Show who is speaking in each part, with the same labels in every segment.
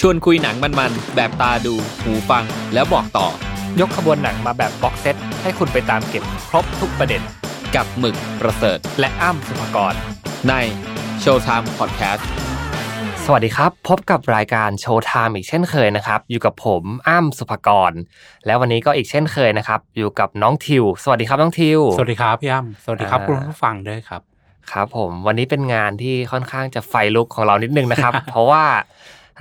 Speaker 1: ชวนคุยหนังมันๆ แบบตาดู หูฟัง แล้วบอกต่อ
Speaker 2: ยกขบวนหนังมาแบบบ็อกเซตให้คุณไปตามเก็บครบทุกประเด็น
Speaker 1: กับหมึกประเสริฐ
Speaker 2: และอ้ำสุภกร
Speaker 1: ในโชว์ไทม์พอดแคสต์
Speaker 2: สวัสดีครับ พบกับรายการโชว์ไทม์อีกเช่นเคยนะครับ อยู่กับผมอ้ำสุภกร และวันนี้ก็อีกเช่นเคยนะครับ อยู่กับน้องทิว สวัสดีครับน้องทิว
Speaker 3: สวัสดีครับพี่อ้ำสวัสดีครับ
Speaker 2: อ่า
Speaker 3: คุณผู้ฟังด้วยครับ
Speaker 2: ครับผมวันนี้เป็นงานที่ค่อนข้างจะไฟลุกของเรานิดนึงนะครับ เพราะว่า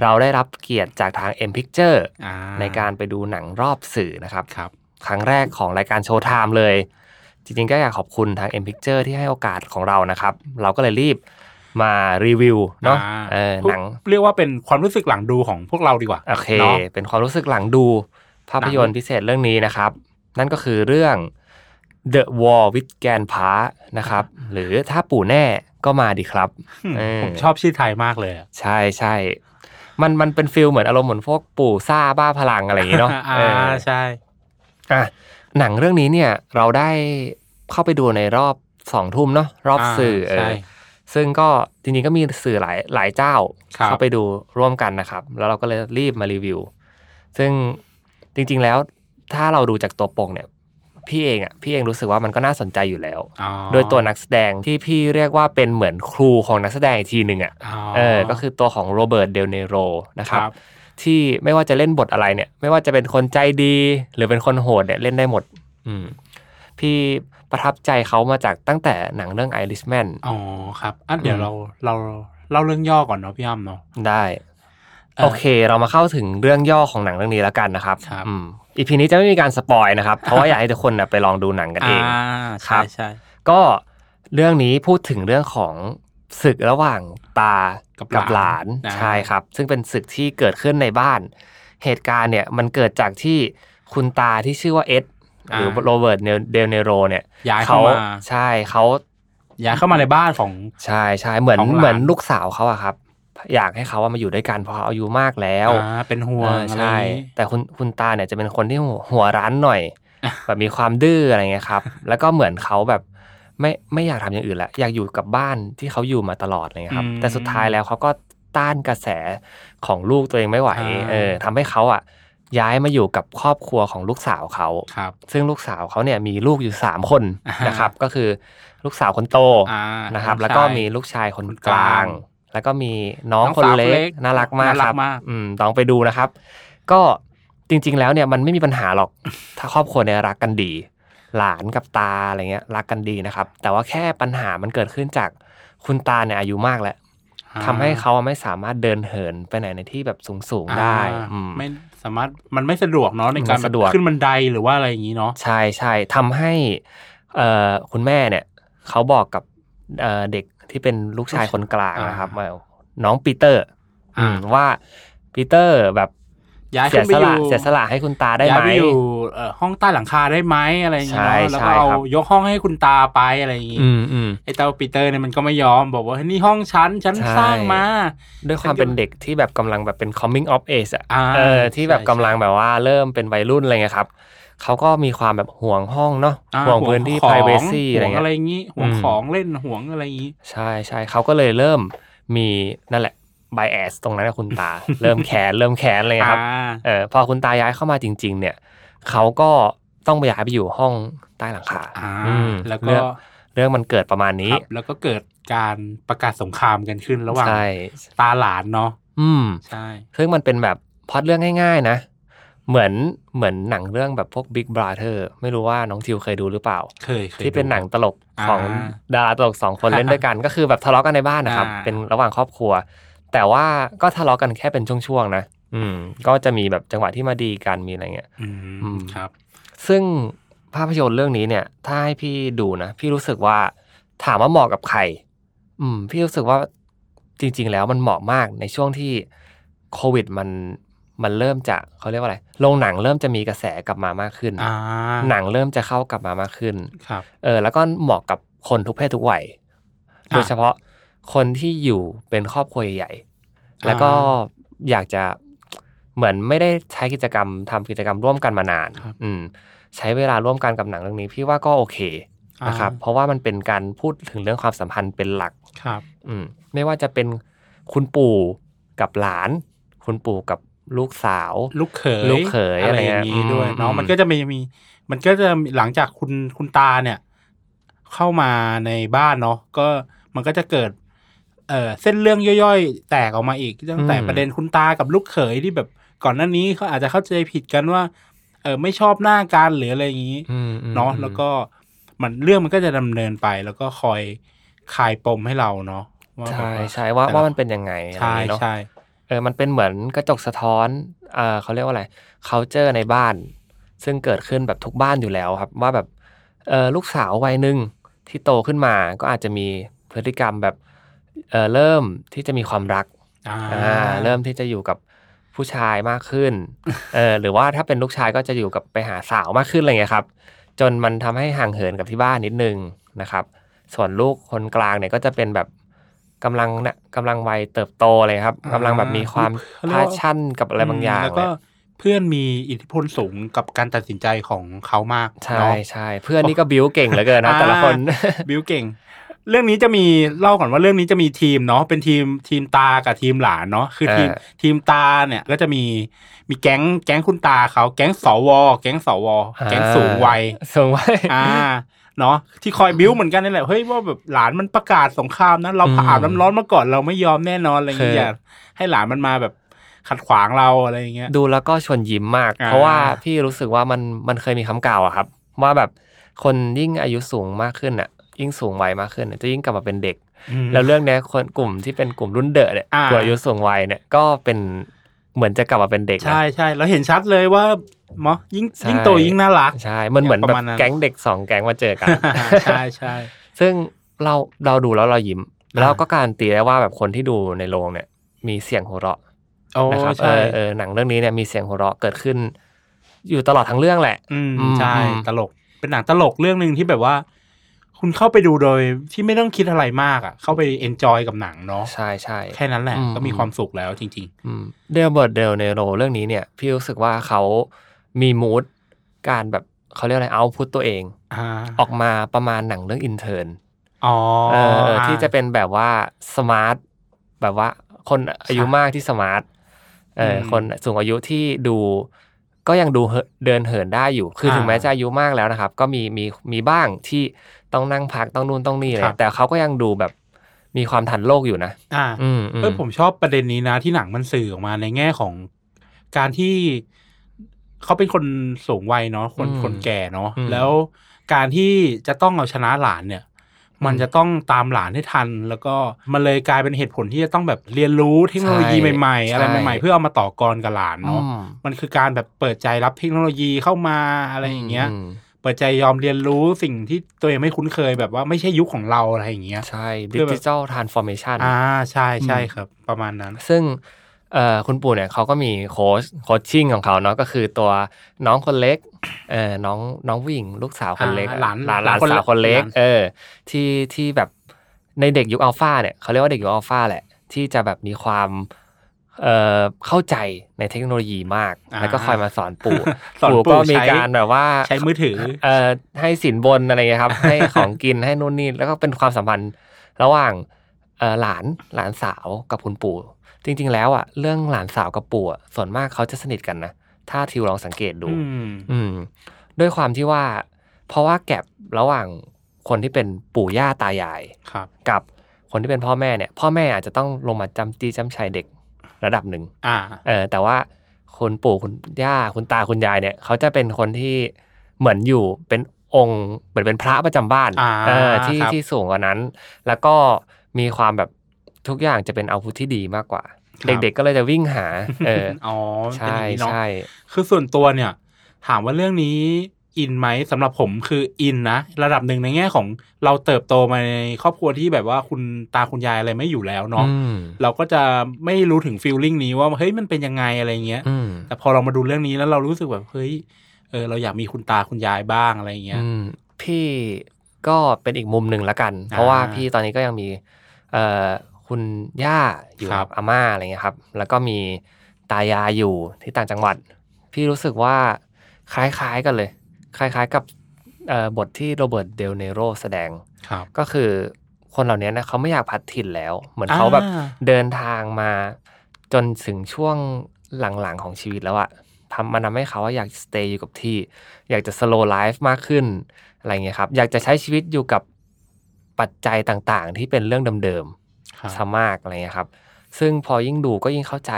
Speaker 2: เราได้รับเกียรติจากทาง M Picture
Speaker 3: อ่า
Speaker 2: ในการไปดูหนังรอบสื่อนะครับ
Speaker 3: ครับ
Speaker 2: ครั้งแรกของรายการโชว์ไทม์เลย จริงๆก็อยากขอบคุณทาง M Picture ที่ให้โอกาสของเรานะครับ เราก็เลยรีบมารีวิวเนาะ
Speaker 3: อ่า
Speaker 2: เออหนัง
Speaker 3: เรียกว่าเป็นความรู้สึกหลังดูของพวกเราดีกว่า
Speaker 2: โอเค
Speaker 3: เนาะ
Speaker 2: เป็นความรู้สึกหลังดูภาพยนตร์พิเศษเรื่องนี้นะครับ นั่นก็คือเรื่อง The War with แกนพานะครับ หรือถ้าปู่แน่ก็มาดีครับ เออ
Speaker 3: ผมชอบชื่อไทยมากเลยอะ
Speaker 2: ใช่ใช่มันมันเป็นฟิลเหมือนอารมณ์เหมือนพวกปู่ซ่าบ้าพลังอะไรอย่างงี้เนาะ
Speaker 3: อ่า
Speaker 2: เออ
Speaker 3: ใช่
Speaker 2: อ่ะหนังเรื่องนี้เนี่ยเราได้เข้าไปดูในรอบสองทุ่มเนาะรอบ
Speaker 3: อ่า
Speaker 2: สื่อเอ
Speaker 3: ใช่
Speaker 2: อซึ่งก็จริงๆก็มีสื่อหลายหลายเจ้า
Speaker 3: ครับ
Speaker 2: เข้าไปดูร่วมกันนะครับ แล้วเราก็เลยรีบมารีวิว ซึ่งจริงๆแล้วถ้าเราดูจากตัวปกเนี่ย พี่เองอ่ะพี่เองรู้สึกว่ามันก็น่าสนใจอยู่แล้ว
Speaker 3: อ๋อ
Speaker 2: โดยตัวนักแสดงที่พี่เรียกว่าเป็นเหมือนครูของนักแสดงอีกทีหนึ่งอ่ะ
Speaker 3: อ๋อ
Speaker 2: เออก็คือตัวของโรเบิร์ตเดลเนโรนะค
Speaker 3: ครับ รับ
Speaker 2: ที่ไม่ว่าจะเล่นบทอะไรเนี่ย ไม่ว่าจะเป็นคนใจดี หรือเป็นคนโหดเนี่ยเล่นได้หมด อืมพี่ประทับใจเขามาจากตั้งแต่หนังเรื่อง Irishman
Speaker 3: อ๋อครับอ่ะเดี๋ยวเราเราเล่าเรื่องย่อก่อนเนาะพี่อ้ำเนาะ
Speaker 2: ได้
Speaker 3: เอ่อ
Speaker 2: โอเค เรามาเข้าถึงเรื่องย่อของหนังเรื่องนี้แล้วกันนะครับ
Speaker 3: ครับ
Speaker 2: อืมอีพีนี้จะไม่มีการสปอยนะครับ เพราะว่าอยากให้ทุกคนนะไปลองดูหนังกันเอง ครั
Speaker 3: ใช่
Speaker 2: บ
Speaker 3: ใช่
Speaker 2: ก็เรื่องนี้พูดถึงเรื่องของศึกระหว่างตา
Speaker 3: กับ
Speaker 2: กับห
Speaker 3: ห
Speaker 2: ลา
Speaker 3: ลาน นนะ
Speaker 2: ใช่ครับ ซึ่งเป็นศึกที่เกิดขึ้นในบ้าน เหตุการณ์เนี่ยมันเกิดจากที่คุณตาที่ชื่อว่าเอ็ดหรือโรเบิร์ตเดลเนโรเนี่ย
Speaker 3: ย้ายเข้ามา
Speaker 2: ใช่เขา
Speaker 3: ย้ายเข้ามาในบ้านของ
Speaker 2: ใช่ใช่เหมือน
Speaker 3: ของหลาน
Speaker 2: เหมือนลูกสาวเขาอะครับ อยากให้เขาว่ามาอยู่ด้วยกันเพราะเขาอายุมากแล้ว
Speaker 3: อ่าเป็นห่วง
Speaker 2: เออ
Speaker 3: อะไร
Speaker 2: ใช่
Speaker 3: อย่างงี้
Speaker 2: แต่คุณคุณตาเนี่ยจะเป็นคนที่หัวหัวร้านหน่อย แบบมีความดื้ออะไรเงี้ยครับ แล้วก็เหมือนเขาแบบไม่ไม่อยากทำอย่างอื่นละอยากอยู่กับบ้านที่เขาอยู่มาตลอดอะไรเงี้ยครับ
Speaker 3: อืม
Speaker 2: แต่สุดท้ายแล้วเขาก็ต้านกระแสของลูกตัวเองไม่ไหว
Speaker 3: อ่า
Speaker 2: เออทำให้เขาอ่ะย้ายมาอยู่กับครอบครัวของลูกสาวเขา
Speaker 3: ครับ
Speaker 2: ซึ่งลูกสาวเขาเนี่ยมีลูกอยู่สามคน
Speaker 3: อ่าฮะ
Speaker 2: นะครับ ก็คือลูกสาวคนโต
Speaker 3: อ่า
Speaker 2: นะครับ
Speaker 3: ใช่
Speaker 2: แล้วก็มีลูกชายคนกลาง
Speaker 3: คนกล
Speaker 2: แล้วก็มีน้อง
Speaker 3: น้อง
Speaker 2: คน
Speaker 3: สาวคน
Speaker 2: เล็
Speaker 3: เล็
Speaker 2: ก
Speaker 3: ก
Speaker 2: น่ารักมาก
Speaker 3: น่ารั
Speaker 2: ค
Speaker 3: ก
Speaker 2: รับ
Speaker 3: มาก
Speaker 2: อืมลองไปดูนะครับ ก็จริง ๆ แล้วเนี่ยมันไม่มีปัญหา หรอก ถ้าครอบครัวเนี่ยรักกันดี หลานกับตาอะไรเงี้ยรักกันดีนะครับ แต่ว่าแค่ปัญหามันเกิดขึ้นจากคุณตาเนี่ยอายุมากแล้วทำให้เขาไม่สามารถเดินเหินไปไหนในที่แบบสูงๆได้
Speaker 3: อ่า
Speaker 2: อืม
Speaker 3: ไม่สามารถมันไม่สะดวกเนาะในการ
Speaker 2: ไม่
Speaker 3: แบ
Speaker 2: สะ
Speaker 3: บ
Speaker 2: ดวก
Speaker 3: ขึ้นบันไดหรือว่าอะไรอย่างนี้เนาะ
Speaker 2: ใช่ใช่ทำให้เอ่อคุณแม่เนี่ยเขาบอกกับเอ่อเด็กที่เป็นลูกชายคนกลาง
Speaker 3: อ่าน
Speaker 2: นะครับว่าน้องปีเตอร์
Speaker 3: อ่า
Speaker 2: อืมว่าปีเตอร์แบบ
Speaker 3: ย้าย
Speaker 2: เสี
Speaker 3: ขึ้นไป
Speaker 2: ส
Speaker 3: อ
Speaker 2: ละ
Speaker 3: ยู่
Speaker 2: เสียสละให้คุณตาได้
Speaker 3: ย้าย
Speaker 2: ไหม
Speaker 3: ปอยู่เอ่อห้องใต้หลังคาได้ไหมอะไรอย่างเงี้ย
Speaker 2: ใช่
Speaker 3: เนอะแล้วก็
Speaker 2: ใช่
Speaker 3: เอา
Speaker 2: ครับ
Speaker 3: ยกห้องให้คุณตาไปอะไรอย่างงี้
Speaker 2: อืมอืม
Speaker 3: ไอ้เต้าปีเตอร์เนี่ยมันก็ไม่ยอมบอกว่าเฮ้ยนี่ห้องฉันฉัน
Speaker 2: ใช่
Speaker 3: สร้างมา
Speaker 2: ด้วยความเป็นเด็กที่แบบกำลังแบบเป็น coming of age อะ
Speaker 3: อ่า
Speaker 2: เออที่แบบ
Speaker 3: ใช่
Speaker 2: กำลังแบบว่าเริ่มเป็นวัยรุ่นอะไรเงี้ยครับเขาก็มีความแบบห่วงห้องเนาะ
Speaker 3: า
Speaker 2: ห่วงพื้นที่
Speaker 3: ของ
Speaker 2: privacy อะไร
Speaker 3: ห่วง
Speaker 2: เงี้
Speaker 3: อะ
Speaker 2: ย
Speaker 3: ไรอย่างงี้ห่วง
Speaker 2: อืม
Speaker 3: ของเล่นห่วงอะไรอย่างงี้
Speaker 2: ใช่ใช่เขาก็เลยเริ่มมีนั่นแหละ bias ตรงนั้นนะคุณ ตา เริ่มแขนเริ่มแขนอะไรเงี้ยครับ เออพอคุณตาย้ายเข้ามาจริง ๆ เนี่ยเขาก็ต้องไปย้ายไปอยู่ห้องใต้หลังคา
Speaker 3: อ่า
Speaker 2: อืม
Speaker 3: แล้วก็
Speaker 2: เรื่องเรื่องมันเกิดประมาณนี้
Speaker 3: ครับแล้วก็เกิดการประกาศสงครามกันขึ้นระหว่าง
Speaker 2: ใช่
Speaker 3: ตาหลานเนาะ
Speaker 2: อืม
Speaker 3: ใช่
Speaker 2: ซึ่งมันเป็นแบบพล็อดเรื่องง่าย ๆ นะ เหมือนเหมือนหนังเรื่องแบบพวก Big Brother ไม่รู้ว่าน้องทิวเคยดูหรือเปล่า
Speaker 3: เคยคย
Speaker 2: ที่เป็น
Speaker 3: ดู
Speaker 2: หนังตลกของ
Speaker 3: อ่า
Speaker 2: ดาราตลกสองคนเล่นด้วยกัน ก็คือแบบทะเลาะกันในบ้านนะครับ
Speaker 3: อ่า
Speaker 2: เป็นระหว่างครอบครัว แต่ว่าก็ทะเลาะกันแค่เป็นช่วงๆนะอืม ก็จะมีแบบจังหวะที่มาดีกันมีอะไรเงี้ย
Speaker 3: อื
Speaker 2: อืม
Speaker 3: มครับ
Speaker 2: ซึ่งภาพยนตร์เรื่องนี้เนี่ย ถ้าให้พี่ดูนะ พี่รู้สึกว่าถามว่าเหมาะกับใคร อืม พี่รู้สึกว่าจริง ๆ แล้วมันเหมาะมากในช่วงที่โควิดมันมันเริ่มจะเขาเรียกว่าอะไรโรงหนังเริ่มจะมีกระแสกลับมามากขึ้น
Speaker 3: อ่า
Speaker 2: หนังเริ่มจะเข้ากลับมามากขึ้น
Speaker 3: ครับ
Speaker 2: เออแล้วก็เหมาะกับคนทุกเพศทุกวัย
Speaker 3: อ่ะ
Speaker 2: โดยเฉพาะคนที่อยู่เป็นครอบครัวใหญ่ๆแล้วก็อยากจะเหมือนไม่ได้ใช้กิจกรรมทำกิจกรรมร่วมกันมานาน
Speaker 3: ครับ
Speaker 2: อืม ใช้เวลาร่วมกันกับหนังเรื่องนี้ พี่ว่าก็โอเคนะครับ เพราะว่ามันเป็นการพูดถึงเรื่องความสัมพันธ์เป็นหลัก
Speaker 3: ครับ
Speaker 2: อืม ไม่ว่าจะเป็นคุณปู่กับหลาน คุ คุณปู่กับลูกสาว
Speaker 3: ลูกเขย
Speaker 2: ลูกเขย
Speaker 3: อะ
Speaker 2: อะ
Speaker 3: ไร
Speaker 2: ไร
Speaker 3: อย่าง
Speaker 2: เงี้
Speaker 3: นี้
Speaker 2: ย
Speaker 3: ด้วย
Speaker 2: อืม
Speaker 3: เนาะ
Speaker 2: อืม
Speaker 3: มันก็จะมีมี มันก็จะมีหลังจากคุณคุณตาเนี่ย เข้ามาในบ้านเนาะก็มันก็จะเกิด เอ่อเส้นเรื่องย่อยๆ แตกออกมาอีกตั้งแต่ประเด็นคุณตากับลูกเขยที่แบบก่อนหน้านี้เขาอาจจะเข้าใจผิดกันว่า เออไม่ชอบหน้ากันหรืออะไรอย่างนี้
Speaker 2: อืมอืม
Speaker 3: เนาะ
Speaker 2: อืม
Speaker 3: แล้วก็มันเรื่องมันก็จะดำเนินไป แล้วก็คอยคลายปมให้เราเนาะว่าแบบ
Speaker 2: ใช่
Speaker 3: ว่า
Speaker 2: ใช่ว่า
Speaker 3: แต่ละ
Speaker 2: ว่ามันเป็นยังไงอะไร
Speaker 3: ใช่
Speaker 2: เนาะ
Speaker 3: ใช่
Speaker 2: เออมันเป็นเหมือนกระจกสะท้อนเออเขาเรียกว่าอะไร c u เจอร์ในบ้าน ซึ่งเกิดขึ้นแบบทุกบ้านอยู่แล้วครับ ว่าแบบเออลูกสาววัยหนึ่งที่โตขึ้นมาก็อาจจะมีพฤติกรรมแบบเออเริ่มที่จะมีความรัก
Speaker 3: อ่า
Speaker 2: อ่าเริ่มที่จะอยู่กับผู้ชายมากขึ้ น เออหรือว่าถ้าเป็นลูกชายก็จะอยู่กับไปหาสาวมากขึ้นอะไรเงี้ยครับ จนมันทำให้ห่างเหินกับที่บ้านนิดนึงนะครับ ส่วนลูกคนกลางเนี่ยก็จะเป็นแบบกำลังนะกำลังวัยเติบโตเลยครับกำลังแบบมีความ
Speaker 3: เขเรีย
Speaker 2: พาก
Speaker 3: ว่
Speaker 2: ชั่นกับอะไรบางอย่าง
Speaker 3: แล้ว
Speaker 2: เล
Speaker 3: ก็
Speaker 2: ย
Speaker 3: เพื่อนมีอิทธิพลสูงกับการตัดสินใจของเขามาก
Speaker 2: ใช่
Speaker 3: เนาะ
Speaker 2: ใช่เพื่อนนี่ก็บิวเก่งเหลือเกินนะ
Speaker 3: อ่า
Speaker 2: แต่ละคน
Speaker 3: บิวเก่ง เรื่องนี้จะมีเล่าก่อนว่าเรื่องนี้จะมีทีมเนาะเป็นทีมทีมตากับทีมหลานเนาะคือทีม
Speaker 2: เออ
Speaker 3: ทีมตาเนี่ยก็จะมีมีแก๊งแก๊งคุณตาเขาแก๊งสวแก๊งสวแก๊งสูงวัย
Speaker 2: อ่าสูงวัย
Speaker 3: อ่าเนาะที่คอยบิ้วเหมือนกันนี่แหละเฮ้ยว่าแบบหลานมันประกาศสงครามนะเรา
Speaker 2: อืม
Speaker 3: ผ่าอาบน้ำร้อนมาก่อนเราไม่ยอมแน่นอนอะไรอย่างเงี้ย
Speaker 2: คืออ
Speaker 3: อย่าให้หลานมันมาแบบขัดขวางเราอะไรอย่าง เงี้ย
Speaker 2: ดูแล้วก็ชวนยิ้มมาก
Speaker 3: อ่า
Speaker 2: เพราะว่าพี่รู้สึกว่ามันมันเคยมีคำกล่าวอะครับ ว่าแบบคนยิ่งอายุสูงมากขึ้นอ่ะ ยิ่งสูงวัยมากขึ้นน่ะจะยิ่งกลับมาเป็นเด็ก
Speaker 3: อืม
Speaker 2: แล้วเรื่องเนี้ยคนกลุ่มที่เป็นกลุ่มรุ่นเดอะเนี่ย
Speaker 3: อ่า
Speaker 2: กลุ่มอายุสูงวัยเนี่ยก็เป็นเหมือนจะกลับมาเป็นเด็กนะ
Speaker 3: ใช่ใช่แล้วเห็นชัดเลยว่าเนาะยิ่ง
Speaker 2: ใช่
Speaker 3: ยิ่งโตยิ่งน่ารัก
Speaker 2: ใช่มันเหมือน
Speaker 3: ป
Speaker 2: แบ
Speaker 3: ระ
Speaker 2: บ
Speaker 3: มาณนั้น
Speaker 2: แก๊งเด็กสองแก๊งมาเจอกัน
Speaker 3: ใช่ใช่
Speaker 2: ซึ่งเราเราดูแล้วเรายิ้ม แล้วก็การนตีได้ว่าแบบคนที่ดูในโรงเนี่ย มีเสียงหัวเราะ
Speaker 3: โอ้
Speaker 2: นะครับเอ
Speaker 3: ใช่
Speaker 2: อเออหนังเรื่องนี้เนี่ยมีเสียงหัวเราะเกิดขึ้น อยู่ตลอดทั้งเรื่องแหละ
Speaker 3: อืม
Speaker 2: อืม
Speaker 3: ใช่
Speaker 2: อืม
Speaker 3: ตลกเป็นหนังตลกเรื่องหนึ่งที่แบบว่า คุณเข้าไปดูโดยที่ไม่ต้องคิดอะไรมากอ่ะ เข้าไปเอนจอยกับหนังเนาะ
Speaker 2: ใช่ใช่
Speaker 3: แค่นั้นแหละ
Speaker 2: อืม
Speaker 3: ก็มีความสุขแล้วจริง
Speaker 2: เดลเบิร์ตเดลเนโรเรื่องนี้เนี่ย พี่รู้สึกว่าเขามีมูดการแบบเขาเรียกอะไรเอาพุตตัวเอง
Speaker 3: ๆ อ่า
Speaker 2: ออกมาประมาณหนังเรื่องอินเทอร์น
Speaker 3: อ๋ออ่า
Speaker 2: ที่จะเป็นแบบว่าสมาร์ทแบบว่าคนอายุมากที่สมาร์ทเอออ
Speaker 3: ม
Speaker 2: คนสูงอายุที่ดูก็ยังดูเหอะเดินเหินได้อยู่ คืออา ถึงแม้จะอายุมากแล้วนะครับ ก็มีมีมีบ้างที่ต้องนั่งพักต้องนู่นต้องนี่อะไร
Speaker 3: ครับ
Speaker 2: แต่เขาก็ยังดูแบบมีความทันโลกอยู่นะ
Speaker 3: อ่า
Speaker 2: อืมอืม
Speaker 3: เออผมชอบประเด็นนี้นะที่หนังมันสื่อออกมาในแง่ของการที่เขาเป็นคนสูงวัยเนาะคน
Speaker 2: อืม
Speaker 3: คนแก่เนาะ
Speaker 2: อืม
Speaker 3: แล้วการที่จะต้องเอาชนะหลานเนี่ย มัน
Speaker 2: อืม
Speaker 3: จะต้องตามหลานให้ทัน แล้วก็มันเลยกลายเป็นเหตุผลที่จะต้องแบบเรียนรู้เทคโนโลยี
Speaker 2: ใช่
Speaker 3: ใหม่ๆ อะไร
Speaker 2: ใช่
Speaker 3: ใหม่ๆ เพื่อเอามาต่อกรกับหลานเนาะ
Speaker 2: อืม
Speaker 3: มันคือการแบบเปิดใจรับเทคโนโลยีเข้ามาอะไรอย่างเงี้ย
Speaker 2: ม
Speaker 3: เปิดใจยอมเรียนรู้สิ่งที่ตัวเองไม่คุ้นเคยแบบว่าไม่ใช่ยุคของเราอะไรอย่างเงี้ย
Speaker 2: ใช่
Speaker 3: เพื่
Speaker 2: ดิ
Speaker 3: อแบบ
Speaker 2: จิ t a ลทรานส์ฟอร์เมชัน
Speaker 3: อ่าใช่ใช่ครับ ประมาณนั้น
Speaker 2: ซึ่งเอ่อคุณปู่เนี่ยเขาก็มีโค้ชโคชชิ่งของเขาเนาะก็คือตัวน้องคนเล็กเออน้องน้องผู้หญิงลูกสาวคนเล็กอะ
Speaker 3: อ่าหลาน
Speaker 2: หลาน
Speaker 3: ห
Speaker 2: ห
Speaker 3: ลา
Speaker 2: ลาน น
Speaker 3: คนเล็ก
Speaker 2: สาวคนเล็ก
Speaker 3: หลาน
Speaker 2: เออที่ที่แบบในเด็กยุคอัลฟาเนี่ยเขาเรียกว่าเด็กยุคอัลฟาแหละ ที่จะแบบมีความเอ่อเข้าใจในเทคโนโลยีมาก แล้วก็คอยมาสอนปู่
Speaker 3: สอน
Speaker 2: ปู่
Speaker 3: ปู่
Speaker 2: ก็มี
Speaker 3: ใช้
Speaker 2: การแบบว่า
Speaker 3: ใช้มือถือ
Speaker 2: เอ่อให้สินบนอะไรเงี้ ยครับ ให้ของกินให้นู่นนี่แล้วก็เป็นความสัมพันธ์ระหว่างเอ่อหลานหลานสาวกับคุณปู่ จริง ๆ แล้วอ่ะเรื่องหลานสาวกับปู่อะส่วนมากเขาจะสนิทกันนะถ้าทิวลองสังเกตดู
Speaker 3: อืม
Speaker 2: อืม ด้วยความที่ว่า เพราะว่าแกลบระหว่างคนที่เป็นปู่ย่าตายาย
Speaker 3: ครับ
Speaker 2: กับคนที่เป็นพ่อแม่เนี่ยพ่อแม่อาจจะต้องลงมาจำจีจำชัยเด็กระดับหนึ่ง
Speaker 3: อ่า
Speaker 2: เออแต่ว่าคุณปู่คุณย่าคุณตาคุณยายเนี่ย เขาจะเป็นคนที่เหมือนอยู่เป็นองค์เหมือนเป็นพระประจำบ้าน
Speaker 3: อ่า
Speaker 2: เออที่
Speaker 3: ครับ
Speaker 2: ที่สูงกว่านั้น แล้วก็มีความแบบทุกอย่างจะเป็นเอาพุธที่ดีมากกว่า เด็กๆก็เลยจะวิ่งหา เออ
Speaker 3: อ๋อมันเป็น
Speaker 2: ใช่
Speaker 3: อย่างนี้เนาะ
Speaker 2: ใช่
Speaker 3: คือส่วนตัวเนี่ย ถามว่าเรื่องนี้อินไหมสำหรับผมคืออินนะ ระดับหนึ่งในแง่ของเราเติบโตมาในครอบครัวที่แบบว่าคุณตาคุณยายอะไรไม่อยู่แล้วเนาะ
Speaker 2: อืม
Speaker 3: เราก็จะไม่รู้ถึงฟีลลิ่งนี้ว่าเฮ้ยมันเป็นยังไงอะไรเงี้ย
Speaker 2: อืม
Speaker 3: แต่พอเรามาดูเรื่องนี้แล้วเรารู้สึกแบบเฮ้ยเออเราอยากมีคุณตาคุณยายบ้างอะไรเงี้ย
Speaker 2: อืมพี่ก็เป็นอีกมุมหนึ่งละกัน เพราะว่าพี่ตอนนี้ก็ยังมีเอ่อคุณย่าอยู่
Speaker 3: ครับ
Speaker 2: กับอาม่าอะไรเงี้ยครับ แล้วก็มีตายายอยู่ที่ต่างจังหวัด พี่รู้สึกว่าคล้ายๆกันเลย คล้ายๆกับเอ่อบทที่โรเบิร์ตเดลเนโรแสดง
Speaker 3: ครับ
Speaker 2: ก็คือคนเหล่านี้นะเขาไม่อยากพัดถิ่นแล้ว เหมือนเขาแบบ
Speaker 3: อ่
Speaker 2: เดินทางมา จนถึงช่วงหลังๆของชีวิตแล้วอะทำมันทำให้เขาว่าอยาก stay อยู่กับที่ อยากจะ slow life มากขึ้นอะไรเงี้ยครับ อยากจะใช้ชีวิตอยู่กับปัจจัยต่างๆ ที่เป็นเรื่องเดิม
Speaker 3: ครับ
Speaker 2: ๆซะมากอะไรเงี้ยครับ ซึ่งพอยิ่งดูก็ยิ่งเข้าใจ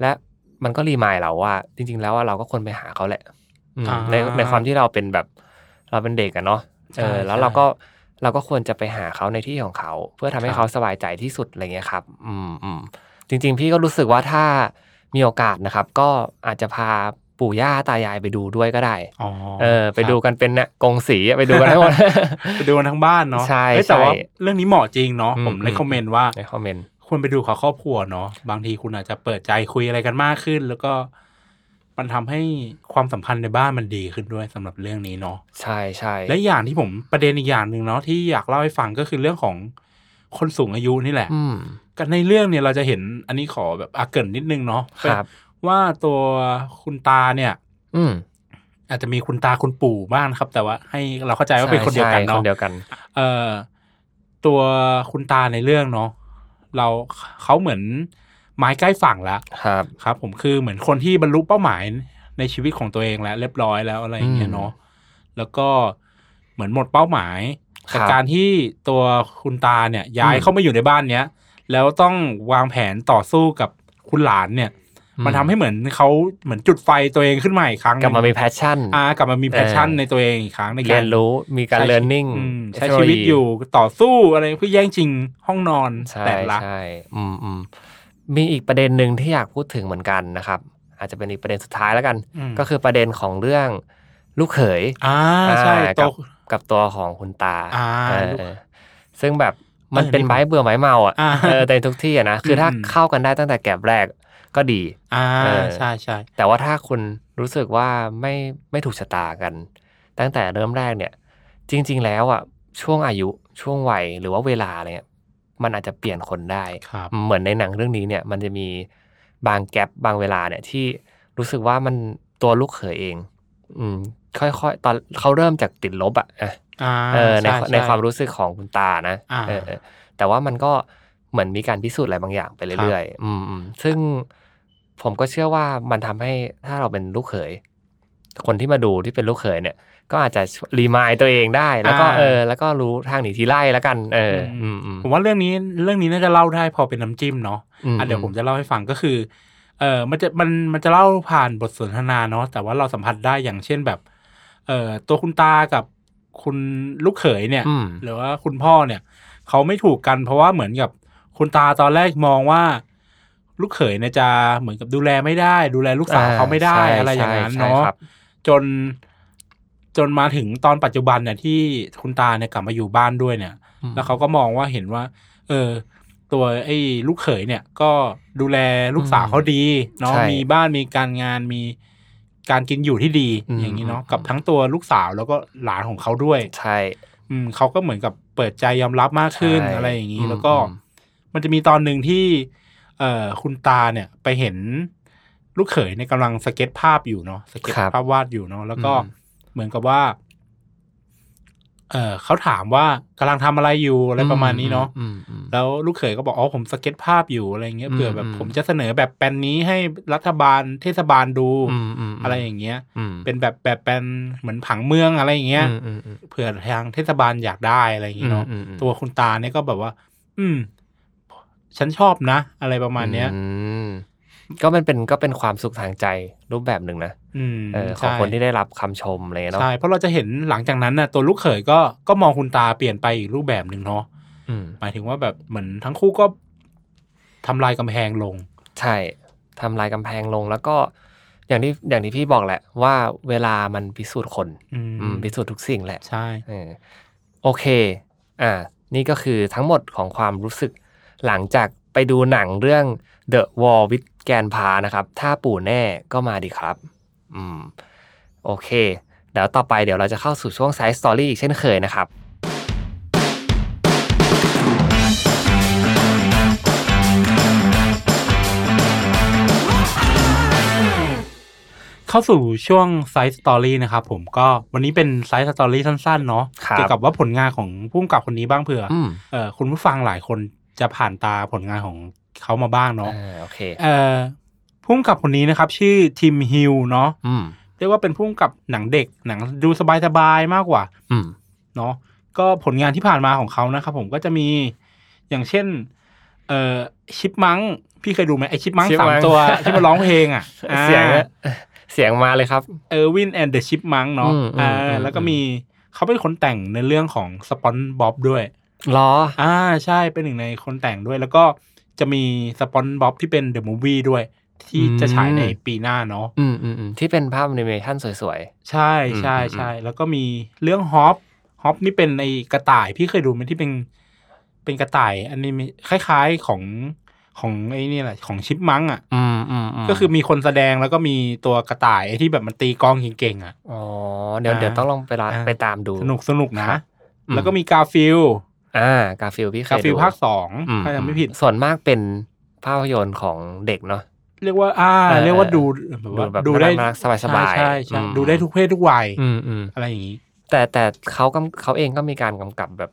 Speaker 2: และมันก็รีมายเราว่า จริง ๆ แล้วว่าเราก็ควรไปหาเขาแหละอืม
Speaker 3: อ่า
Speaker 2: ในในความที่เราเป็นแบบเราเป็นเด็กอะเนาะเออ
Speaker 3: ใช่
Speaker 2: แล้ว
Speaker 3: ใช่
Speaker 2: เราก็เราก็ควรจะไปหาเขาในที่ของเขา เพื่อทำให้
Speaker 3: ครับ
Speaker 2: เขาสบายใจที่สุดอะไรเงี้ยครับ อืมอืมจริง ๆ พี่ก็รู้สึกว่าถ้ามีโอกาสนะครับ ก็อาจจะพาปู่ย่าตายายไปดูด้วยก็ได้
Speaker 3: อ๋อ
Speaker 2: เออ ไป
Speaker 3: ครับ
Speaker 2: ดูกันเป็นเนี่ยกงสีอะไปดูกันทั้งหมด
Speaker 3: ไปดูกันทั้งบ้านเนาะ
Speaker 2: ใช่
Speaker 3: เอ้ยแต่
Speaker 2: ใช่
Speaker 3: ว่าเรื่องนี้เหมาะจริงเนาะ
Speaker 2: อืม
Speaker 3: ผม
Speaker 2: อืม
Speaker 3: เลย o อมเมนว่า
Speaker 2: ในคอมเมนต์
Speaker 3: ควรไปดูขอครอบครัวเนาะ บางทีคุณอาจจะเปิดใจคุยอะไรกันมากขึ้น แล้วก็มันทำให้ความสัมพันธ์ในบ้านมันดีขึ้นด้วยสำหรับเรื่องนี้เนาะ
Speaker 2: ใช่ใช่
Speaker 3: และอย่างที่ผมประเด็นอีกอย่างหนึ่งเนาะที่อยากเล่าให้ฟังก็คือเรื่องของคนสูงอายุนี่แหละ
Speaker 2: อืม
Speaker 3: กันในเรื่องเนี่ยเราจะเห็นอันนี้ขอแบบอาเกรินนิดนึงเนาะ
Speaker 2: ครับ
Speaker 3: ว่าตัวคุณตาเนี่ย
Speaker 2: อืม
Speaker 3: อาจจะมีคุณตาคุณปู่บ้างนะครับ แต่ว่าให้เราเข้าใจว่าเป็นคนเดียวกัน
Speaker 2: ใช่ใช่ค
Speaker 3: เนาะ
Speaker 2: นเดียวกัน
Speaker 3: เอ่อตัวคุณตาในเรื่องเนาะเราเขาเหมือนไม้ใกล้ฝั่งแล้ว
Speaker 2: ครับ
Speaker 3: ครับ ผมคือเหมือนคนที่บรรลุเป้าหมายในชีวิตของตัวเองแล้วเรียบร้อยแล้วอะไรอย่างเงี้ยเนาะแล้วก็เหมือนหมดเป้าหมาย
Speaker 2: ครับ
Speaker 3: จากการที่ตัวคุณตาเนี่ยย้าย
Speaker 2: อืม
Speaker 3: เข้ามาอยู่ในบ้านเนี้ยแล้วต้องวางแผนต่อสู้กับคุณหลานเนี่ย มันทำให้เหมือนเขาเหมือนจุดไฟตัวเองขึ้นมาอีกครั้งห
Speaker 2: กลับ
Speaker 3: นึ่ง
Speaker 2: มามีแพชชั่น
Speaker 3: อ่ากลับมามีแพชชั่น
Speaker 2: เออ
Speaker 3: ในตัวเองอีกครั้งในการ
Speaker 2: เรียนรู้มีการ
Speaker 3: ใช้
Speaker 2: เรียน
Speaker 3: ชีวิต
Speaker 2: รู้
Speaker 3: อืมใช้ชีวิตอยู่ต่อสู้อะไรเพื่อแย่งชิงห้องนอน
Speaker 2: ใช่
Speaker 3: แต่ละ
Speaker 2: ใช่อืมอืมมีอีกประเด็นหนึ่งที่อยากพูดถึงเหมือนกันนะครับ อาจจะเป็นอีกประเด็นสุดท้ายแล้วกัน
Speaker 3: อืม
Speaker 2: ก็คือประเด็นของเรื่องลูกเขย
Speaker 3: อ่าใช่
Speaker 2: อ่า
Speaker 3: โต
Speaker 2: กับกับตัวของคุณตา
Speaker 3: อ่า
Speaker 2: เออ
Speaker 3: ลูก
Speaker 2: เออซึ่งแบบมัน
Speaker 3: เออ
Speaker 2: เป็นไม้เบื่อไม้เมาอ่ะ
Speaker 3: อ่า
Speaker 2: เออแต่ทุกที่อะนะคืออ
Speaker 3: ม
Speaker 2: ถ้า
Speaker 3: อืม
Speaker 2: เข้ากันได้ตั้งแต่แกลบแรกก็ดี
Speaker 3: อ่า
Speaker 2: เออ
Speaker 3: ใช่ใช่
Speaker 2: แต่ว่าถ้าคุณรู้สึกว่าไม่ไม่ถูกชะตากัน ตั้งแต่เริ่มแรกเนี่ย จริง ๆ แล้วอ่ะช่วงอายุช่วงวัยหรือว่าเวลาอะไรเนี่ยมันอาจจะเปลี่ยนคนได้
Speaker 3: ครับ
Speaker 2: เหมือนในหนังเรื่องนี้เนี่ย มันจะมีบางแกลบบางเวลาเนี่ยที่รู้สึกว่ามันตัวลูกเขยเอง อืม ค่อยๆ ตอนเขาเริ่มจากติดลบอะอ่ะ
Speaker 3: อ่า
Speaker 2: เออใน
Speaker 3: ช่
Speaker 2: ความ
Speaker 3: ช่
Speaker 2: ในความรู้สึกของคุณตานะ
Speaker 3: อ่า
Speaker 2: เออเออแต่ว่ามันก็เหมือนมีการพิสูจน์อะไรบางอย่างไปเรื่อยๆอืมอืมซึ่งผมก็เชื่อว่ามันทำให้ถ้าเราเป็นลูกเขย คนที่มาดูที่เป็นลูกเขยเนี่ย ก็อาจจะรีมายตัวเองได้ แล้วก็
Speaker 3: อ่า
Speaker 2: เออ แล้วก็รู้ทางหนีทีไล่แล้วกัน เออ อืมอืม
Speaker 3: ผมว่าเรื่องนี้เรื่องนี้น่าจะเล่าได้พอเป็นน้ำจิ้มเนาะ
Speaker 2: อื
Speaker 3: อ่ะเดี๋ยวผมจะเล่าให้ฟังก็คือเออมันจะมันมันจะเล่าผ่านบทสนทนาเนาะแต่ว่าเราสัมผัสได้อย่างเช่นแบบเออตัวคุณตากับคุณลูกเขยเนี่ย
Speaker 2: อืม
Speaker 3: หรือว่าคุณพ่อเนี่ย เขาไม่ถูกกันเพราะว่าเหมือนกับคุณตาตอนแรกมองว่า ลูกเขยเนี่ยจะเหมือนกับดูแลไม่ได้ ดูแลลูกสาว
Speaker 2: อ่า
Speaker 3: เขาไม่ได้
Speaker 2: ใช่
Speaker 3: อะไรอย่างนั้น
Speaker 2: ใช่
Speaker 3: เนาะ
Speaker 2: ครับ
Speaker 3: จนจนมาถึงตอนปัจจุบันเนี่ยที่คุณตาเนี่ยกลับมาอยู่บ้านด้วยเนี่ย แล้วเขาก็มองว่าเห็นว่า เออ ตัวไอ้ลูกเขยเนี่ย ก็ดูแลลูกสาวเขาดีเนาะ
Speaker 2: ใช่
Speaker 3: มีบ้านมีการงานมีการกินอยู่ที่ดี
Speaker 2: อืม
Speaker 3: อย่างนี้เนาะกับทั้งตัวลูกสาวแล้วก็หลานของเขาด้วย
Speaker 2: ใช่
Speaker 3: อืมเขาก็เหมือนกับเปิดใจยอมรับมากขึ้น
Speaker 2: ใช่
Speaker 3: อะไรอย่างนี้
Speaker 2: อืม
Speaker 3: แล้วก็
Speaker 2: อืม
Speaker 3: มันจะมีตอนหนึ่งที่ เอ่อคุณตาเนี่ย ไปเห็นลูกเขยในยกำลังสเก็ตภาพอยู่เนาะสเก็ต
Speaker 2: ครับ
Speaker 3: ภาพวาดอยู่เนาะแล้วก็
Speaker 2: อืม
Speaker 3: เหมือนกับว่า เอ่อเขาถามว่ากำลังทำอะไรอยู่อะไรประมาณนี้เนาะ
Speaker 2: อืมอืม
Speaker 3: แล้วลูกเขยก็บอกอ๋อผมสเก็ตภาพอยู่อะไรเงี้ยเผื่ออ
Speaker 2: ม
Speaker 3: แบบ
Speaker 2: อืม
Speaker 3: ผมจะเสนอแบบแปลนนี้ให้รัฐบาลเทศบาลดู
Speaker 2: อืมม
Speaker 3: อะไรอย่างเงี้ย
Speaker 2: อืม
Speaker 3: เป็นแบบแบบแปลนเหมือนผังเมืองอะไรอย่างเงี้ย
Speaker 2: อืมอืมอืม
Speaker 3: เผื่อทางเทศบาลอยากได้อะไรอย่างงี้เนาะ
Speaker 2: อืมอืมอืม
Speaker 3: ตัวคุณตาเนี่ยก็แบบว่า อืม ฉันชอบนะ อะไรประมาณเนี้ย
Speaker 2: อืมก็มันเป็นก็เป็นความสุขทางใจรูปแบบหนึ่งนะ
Speaker 3: อืม
Speaker 2: เออของคนที่
Speaker 3: ใช่
Speaker 2: ได้รับคำชมอะไรเลยเนาะ
Speaker 3: ใช่เพราะเราจะเห็นหลังจากนั้นน่ะ ตัวลูกเขยก็ก็มองคุณตาเปลี่ยนไปอีกรูปแบบหนึ่งเนาะ
Speaker 2: อืม
Speaker 3: หมายถึงว่าแบบเหมือนทั้งคู่ก็ทำลายกำแพงลง
Speaker 2: ใช่ทำลายกำแพงลงแล้วก็อย่างที่อย่างที่พี่บอกแหละ ว่าเวลามันพิสูจน์คน
Speaker 3: อืม
Speaker 2: อืมพิสูจน์ทุกสิ่งแหละ
Speaker 3: ใช่
Speaker 2: เออโอเค อ่า นี่ก็คือทั้งหมดของความรู้สึก หลังจากไปดูหนังเรื่อง The Wall with แกนพานะครับ ถ้าปู่แน่ก็มาดีครับ อืม โอเค เดี๋ยวต่อไปเดี๋ยวเราจะเข้าสู่ช่วง Side Story อีกเช่นเคยนะครับ
Speaker 3: เข้าสู่ช่วงไซส์สตอรี่นะครับผมก็วันนี้เป็นไซส์สตอรี่สั้นๆ เนาะ
Speaker 2: ครับ
Speaker 3: เกี่ยวกับว่าผลงานของผู้กำกับคนนี้บ้างเผื่ออ
Speaker 2: อืม
Speaker 3: เอ่อคุณผู้ฟังหลายคนจะผ่านตาผลงานของ เขามาบ้างเนาะ
Speaker 2: อ่าโอเค
Speaker 3: เอ่อพุ่มกับคนนี้นะครับ ชื่อทิมฮิลเนาะ
Speaker 2: อืม
Speaker 3: เรียกว่าเป็นพุ่มกับหนังเด็กหนังดูสบายๆมากกว่า
Speaker 2: อืม
Speaker 3: เนาะก็ผลงานที่ผ่านมาของเขานะครับผมก็จะมีอย่างเช่น เอ่อชิปมังพี่เคยดูไหมไอชิปมัง
Speaker 2: Chipmunk
Speaker 3: สามตัว ที่มาร้องเพลงอ่ะอ่า
Speaker 2: เสียงอะเสียงมาเลยครับ
Speaker 3: เออร์วินแอนเดอะชิปมังเนาะ
Speaker 2: อืมอืม
Speaker 3: อ่า
Speaker 2: อืม
Speaker 3: แล้วก็มีเขาเป็นคนแต่งในเรื่องของสปอนบ๊อบด้วย
Speaker 2: ล้อ
Speaker 3: อ่าใช่เป็นหนึ่งในคนแต่งด้วย แล้วก็จะมีสปอนบ๊อบที่เป็นเดอะมูฟวี่ด้วย ที่
Speaker 2: อืม
Speaker 3: จะฉายในปีหน้าเนาะ
Speaker 2: อืมอืมอืมที่เป็นภาพแอนิเมชันสวย
Speaker 3: ใช่ใช่
Speaker 2: อืมอืม
Speaker 3: ใช่แล้วก็มีเรื่องฮอปฮอปนี่เป็นไอกระต่ายพี่เคยดูไหมที่เป็นเป็นกระต่ายอันนี้มีคล้ายๆของของไอ้นี่แหละของชิปมังอ่ะ
Speaker 2: ๆ อืมอืมม
Speaker 3: ก็คือมีคนแสดงแล้วก็มีตัวกระต่ายไอ้ที่แบบมันตีกลองเก่งๆอ่ะ
Speaker 2: อ๋อ เดี๋ยว
Speaker 3: อ่า
Speaker 2: เดี๋ยวต้องลองไปละ
Speaker 3: อ่า
Speaker 2: ไปตามดู
Speaker 3: สนุกสนุกนะ
Speaker 2: ครับ
Speaker 3: แล้วก็มีกาฟิล
Speaker 2: อ่ากาฟิลพี่เคย
Speaker 3: กา
Speaker 2: ดู
Speaker 3: ฟิลภาคสอง
Speaker 2: อื
Speaker 3: ถ้ายังไม่ผิด
Speaker 2: ส่วนมากเป็นภาพยนตร์ของเด็กเนาะ
Speaker 3: เรียกว่า อ่า
Speaker 2: เออ
Speaker 3: เรียกว่าดู
Speaker 2: ดูแบบ
Speaker 3: ได้
Speaker 2: น่ารักๆสบายๆ
Speaker 3: ใช่ใช่
Speaker 2: อืม
Speaker 3: ดูได้ทุกเพศทุกวัย
Speaker 2: อืมอืม
Speaker 3: อะไรอย่างนี้
Speaker 2: แต่แต่เขากำเขาเองก็มีการกำกับแบบ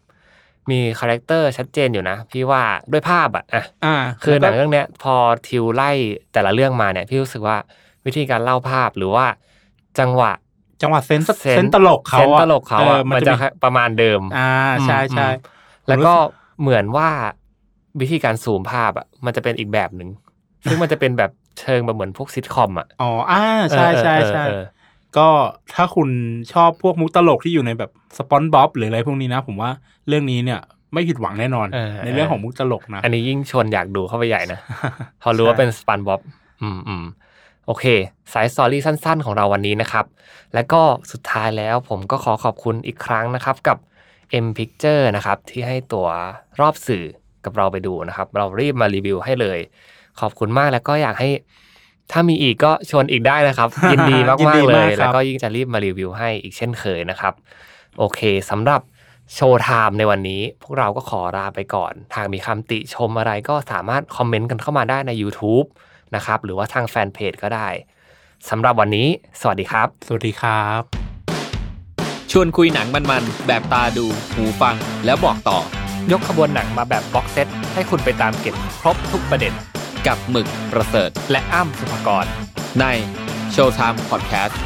Speaker 2: มีคาแรคเตอร์ชัดเจนอยู่นะ พี่ว่าด้วยภาพอะอ่ะ
Speaker 3: อ่า
Speaker 2: คือหนัง
Speaker 3: แล้วก็
Speaker 2: เรื่องเนี้ย พอทิวไล่แต่ละเรื่องมาเนี่ย พี่รู้สึกว่าวิธีการเล่าภาพหรือว่า จังหวะ
Speaker 3: จังหวะเซนส์
Speaker 2: เซ
Speaker 3: เซนส์ตลกเขา
Speaker 2: เซน
Speaker 3: อะ
Speaker 2: ตลกเขาอะ
Speaker 3: ออ
Speaker 2: มันจะประมาณเดิม
Speaker 3: อ่าใช่ใช่
Speaker 2: อืม แล้วก็เหมือนว่าวิธีการซูมภาพอะมันจะเป็นอีกแบบหนึ่งซึ่งมันจะเป็นแบบเชิงแบบเหมือนพวกซิทคอมอะ
Speaker 3: อ๋ออ่าใช่ใช่
Speaker 2: เออเออ
Speaker 3: ใช่
Speaker 2: เออ
Speaker 3: ก็ถ้าคุณชอบพวกมุกตลกที่อยู่ในแบบสปอนบ๊อบหรืออะไรพวกนี้นะ ผมว่าเรื่องนี้เนี่ยไม่ผิดหวังแน่นอน
Speaker 2: เออ
Speaker 3: ในเรื่องของมุกตลกนะ
Speaker 2: อั นนี้ยิ่งชวนอยากดูเข้าไปใหญ่นะ พอรู้ว่าเป็นสปันบ๊อบ อืมอืมโอเค สายสตอรี่สั้นๆ ของเราวันนี้นะครับ และก็สุดท้ายแล้วผมก็ขอขอบคุณอีกครั้งนะครับกับ M Picture นะครับ ที่ให้ตัวรอบสื่อกับเราไปดูนะครับ เรารีบมารีวิวให้เลย ขอบคุณมากแล้วก็อยากให้ ถ้ามีอีกก็ชวนอีกได้นะครับ ยินดีมาก
Speaker 3: ยิน
Speaker 2: มา
Speaker 3: ดี
Speaker 2: กเล
Speaker 3: มา
Speaker 2: ย
Speaker 3: กครับ
Speaker 2: แล้วก็ยิ่งจะรีบมารีวิวให้อีกเช่นเคยนะครับ โอเคสำหรับโชว์ไทม์ในวันนี้ พวกเราก็ขอลาไปก่อน ทางมีคำติชมอะไรก็สามารถคอมเมนต์กันเข้ามาได้ใน YouTube นะครับ หรือว่าทางแฟนเพจก็ได้สำหรับวันนี้ สวัสดีครับ
Speaker 3: สวัสดีครับ
Speaker 1: ชวนคุยหนังมันๆ แบบตาดู หูฟัง แล้วบอกต่อ
Speaker 2: ยกขบวนหนังมาแบบบ็อกเซตให้คุณไปตามเก็บครบทุกประเด็น
Speaker 1: กับหมึกประเสริฐ
Speaker 2: และอ้ำสุภกร
Speaker 1: ในโชว์ไทม์พอดแคสต์